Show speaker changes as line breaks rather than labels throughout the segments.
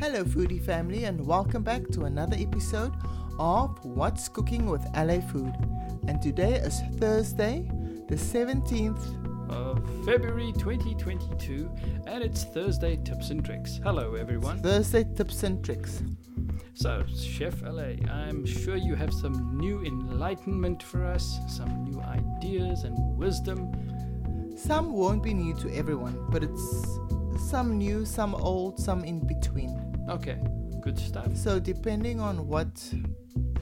Hello, foodie family, and welcome back to another episode of What's Cooking with LA Food. And today is Thursday, the 17th.
of February 2022, and it's Thursday Tips and Tricks. Hello, everyone.
Thursday tips and tricks.
So, Chef LA, I'm sure you have some new enlightenment for us, some new ideas and wisdom.
Some won't be new to everyone, but it's some new, some old, some in between.
Okay, good stuff.
So, depending on what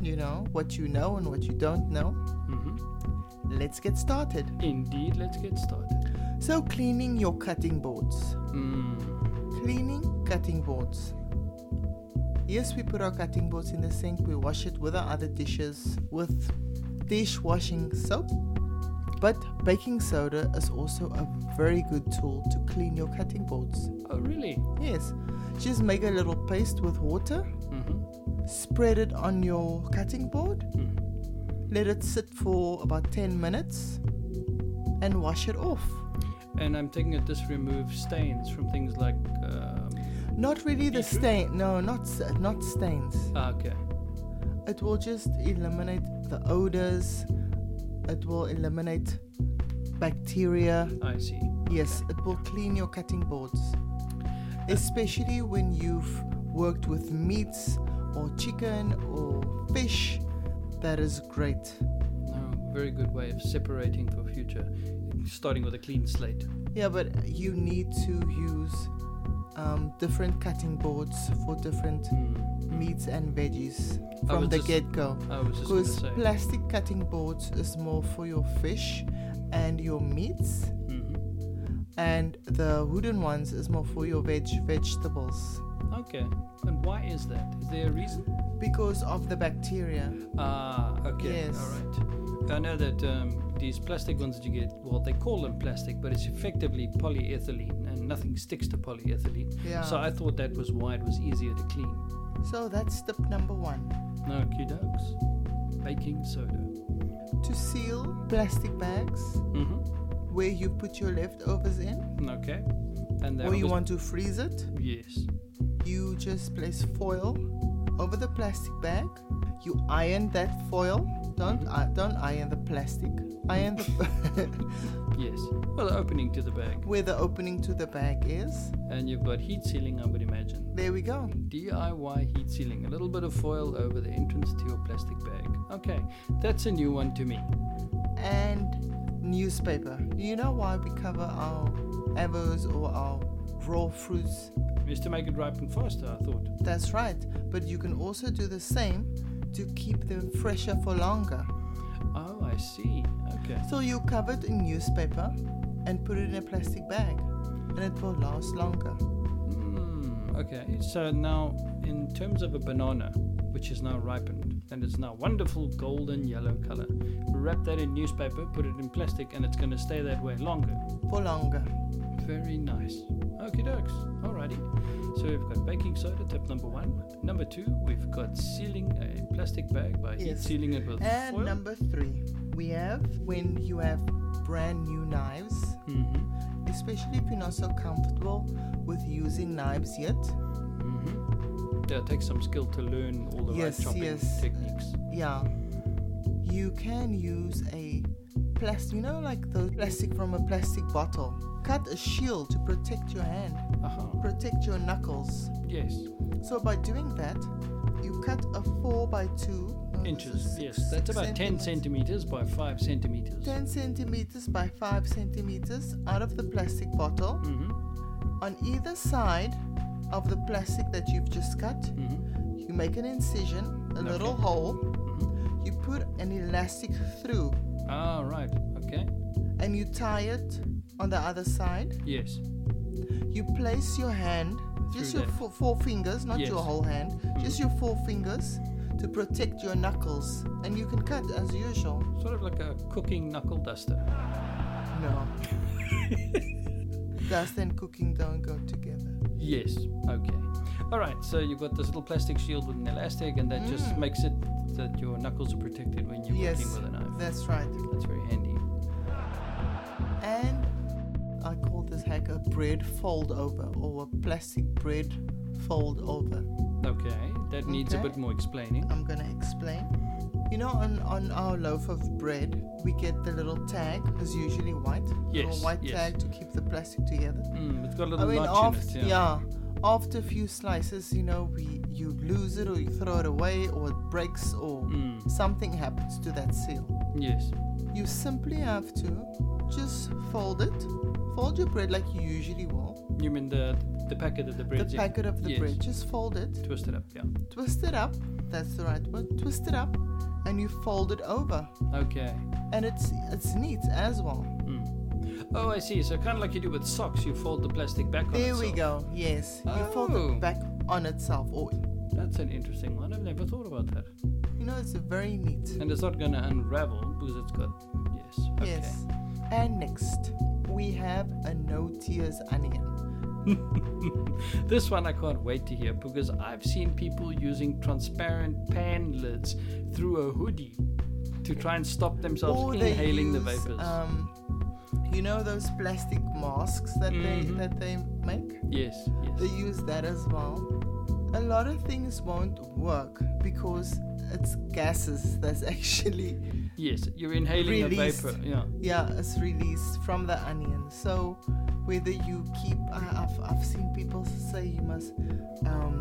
you know, what you know, and what you don't know,
hmm
let's get started.
Indeed, let's get started.
So, cleaning your cutting boards.
Mm.
Cleaning cutting boards. Yes, we put our cutting boards in the sink, we wash it with our other dishes with dishwashing soap. But baking soda is also a very good tool to clean your cutting boards.
Oh, really?
Yes, just make a little paste with water,
hmm
spread it on your cutting board,
Mm-hmm.
let it sit for about 10 minutes, and wash it off.
And I'm thinking that this removes stains from things like. Um,
Not really the
Beetroot?
stain, no, not, s- not stains.
ah, okay.
It will just eliminate the odors. It will eliminate bacteria.
I see.
Yes, it will clean your cutting boards. Especially when you've worked with meats or chicken or fish. That is great.
No, Oh, very good way of separating for future, starting with a clean slate.
Yeah, but you need to use um, different cutting boards for different
Mm.
meats and veggies
I
from
was
the
just-
get go.
I was just going to
Because
say.
plastic cutting boards is more for your fish and your meats,
Mhm.
and the wooden ones is more for your veg vegetables
Okay. And why is that? Is there a reason?
because of the bacteria.
Ah, okay.
Yes.
All right. I know that um, these plastic ones that you get, well, they call them plastic, but it's effectively polyethylene, and nothing sticks to polyethylene.
Yeah.
So I thought that was why it was easier to clean.
So that's tip number one:
No, dokes. Baking soda.
to seal plastic bags
Mm-hmm.
where you put your leftovers in,
Okay. And that
or you
was-
want to freeze it.
Yes.
You just place foil over the plastic bag. You iron that foil. Don't i don't iron the plastic. Iron the
Yes. Well, the opening to the bag,
where the opening to the bag is.
and you've got heat sealing, I would imagine.
There we go.
DIY heat sealing, a little bit of foil over the entrance to your plastic bag. Okay, that's a new one to me.
And newspaper. Do you know why we cover our avos or our raw fruits?
Is to make it ripe and faster, I thought.
That's right. But you can also do the same to keep them fresher for longer.
Oh, I see. Okay.
So you cover it in newspaper and put it in a plastic bag, and it will last longer.
Mm, okay, so now in terms of a banana, which is now ripened and it's now wonderful golden yellow color, wrap that in newspaper, put it in plastic, and it's going to stay that way longer.
For longer.
Very nice. Okie dokes. Alrighty. So we've got baking soda, tip number one. Number two, we've got sealing a plastic bag by heat
Yes.
sealing it with
And
foil.
number three, we have when you have brand new knives,
mm-hmm.
especially if you're not so comfortable with using knives yet.
Mm-hmm. That takes some skill to learn all the
Yes,
right chopping
yes.
techniques.
Yeah. You can use a plastic, you know, like the plastic from a plastic bottle. Cut a shield to protect your hand,
Uh-huh.
protect your knuckles.
Yes.
So by doing that, you cut a 4 by 2 no, this
Inches.
is
Yes.
six-
That's
six
about 10 centimeters by 5 centimeters.
10 centimeters by 5 centimeters out of the plastic bottle.
Mm-hmm.
On either side of the plastic that you've just cut,
Mm-hmm.
you make an incision, a
Okay.
little hole,
Mm-hmm.
you put an elastic through,
Ah, right. Okay.
and you tie it on the other side.
Yes.
You place your hand, just
Through
your
that.
four, four fingers, not
Yes. Mm.
your whole hand, just your four fingers to protect your knuckles, and you can cut as usual.
Mm-hmm. Sort of like a cooking knuckle duster.
No. Dust and cooking don't go together.
Yes. Okay. All right. So you've got this little plastic shield with an elastic, and that just
Mm.
makes it that your knuckles are protected when you're
yes,
working with a knife.
that's right.
That's very handy.
And I call this hack a bread fold over or a plastic bread fold over.
Okay, that needs a
Okay.
bit more explaining.
I'm gonna explain. You know, on, on our loaf of bread, we get the little tag, is usually white.
Yes,
little white
yes.
tag to keep the plastic together.
Mm, it's got a
I
little
mean,
notch
after
in it. Yeah.
after a few slices, you know, we you lose it or you throw it away or it breaks or
Mm,
something happens to that seal.
yes.
You simply have to just fold it, fold your bread like you usually will.
You mean the the packet of the bread?
the packet of the
yes.
bread, just fold it,
Twist it up. Yeah.
twist it up. That's the right word. Twist it up, and you fold it over,
Okay.
and it's it's neat as well.
Mm. Oh, I see. So kind of like you do with socks, you fold the plastic back on
There we
itself.
go. Yes, you fold
Oh.
it back on itself, or
That's an interesting one. I've never thought about that.
you know, it's very neat.
And it's not gonna unravel because it's got yes. Okay.
Yes. And next, we have a no tears onion.
This one I can't wait to hear because I've seen people using transparent pan lids through a hoodie to try and stop themselves inhaling the
Oh, use,
vapors.
Um, you know those plastic masks that
Mhm.
they that they make?
yes, yes.
They use that as well. A lot of things won't work because it's gases that's actually
yes, you're inhaling a
released.
vapor. Yeah.
yeah it's released from the onion. So whether you keep, I, I've I've seen people say you must. Um,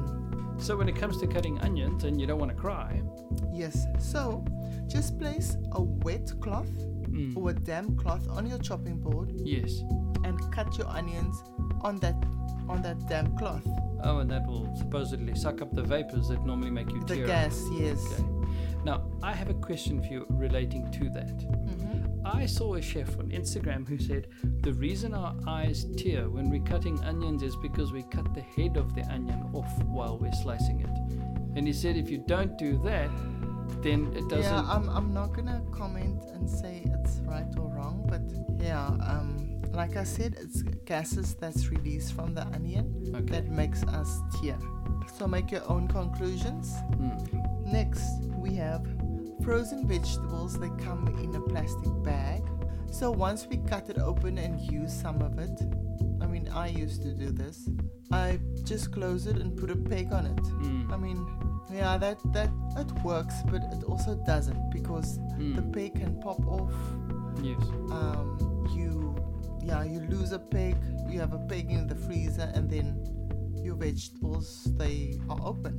So when it comes to cutting onions and you don't want to cry,
Yes, so just place a wet cloth
mm,
or a damp cloth on your chopping board
yes.
and cut your onions on that on that damp cloth.
Oh, and that will supposedly suck up the vapors that normally make you
The
tear. up.
gas, yes.
Okay. Now I have a question for you relating to that.
Mhm.
I saw a chef on Instagram who said the reason our eyes tear when we're cutting onions is because we cut the head of the onion off while we're slicing it. And he said if you don't do that, then it doesn't.
Yeah, I'm, I'm not gonna comment and say it's right or wrong, but yeah, um, like I said, it's gases that's released from the onion
okay.
that makes us tear. So make your own conclusions.
Hmm.
Next, we have frozen vegetables that come in a plastic bag. So once we cut it open and use some of it, I mean, I used to do this. I just close it and put a peg on it.
Hmm.
I mean, yeah, that that it works, but it also doesn't because
Hmm.
the peg can pop off.
Yes.
Um, you, yeah, you lose a peg. You have a peg in the freezer, and then your vegetables they are open.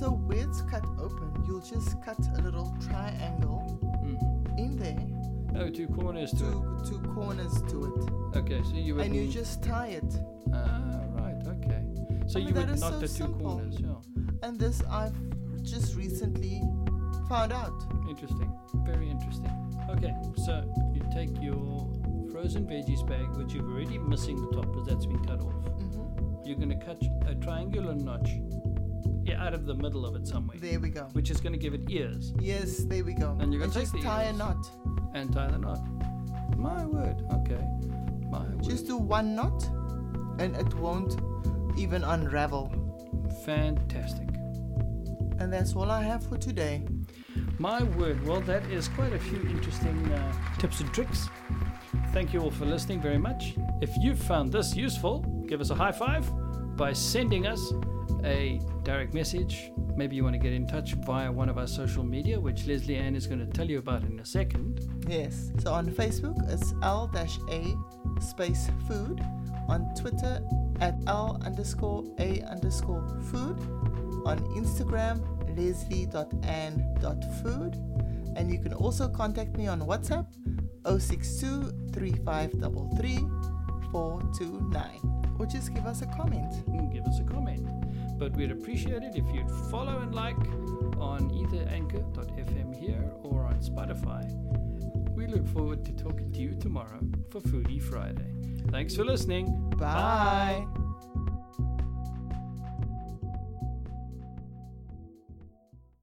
So where it's cut open, you'll just cut a little triangle
Mm.
in there,
Oh, two corners to it.
two two corners to it,
Okay, so you would.
and you just tie it.
Ah, right. Okay. So
I mean,
you
that
would
is
knot
so
the two
simple.
corners. Yeah.
And this I've just recently found out.
Interesting. Very interesting. Okay, so you take your frozen veggies bag, which you've already missing the top because that's been cut off.
hmm
You're going to cut a triangular notch yeah, out of the middle of it somewhere,
There we go.
which is going to give it ears
Yes, there we go.
And you're gonna take
just
the
tie a
ears.
knot.
and tie the knot. My word. Okay. My word.
Just do one knot, and it won't even unravel.
fantastic.
And that's all I have for today.
My word, well, that is quite a few interesting uh, tips and tricks. Thank you all for listening very much. If you found this useful, give us a high five by sending us a direct message. Maybe you want to get in touch via one of our social media, which Leslie Ann is going to tell you about in a second.
Yes. So on Facebook, it's L A space food. On Twitter, at L underscore A underscore food. On Instagram, leslie.ann.food. And you can also contact me on WhatsApp, 062 3533 429. Or just give us a comment.
and Give us a comment. But we'd appreciate it if you'd follow and like on either anchor.fm here or on Spotify. We look forward to talking to you tomorrow for Foodie Friday. Thanks for listening.
Bye.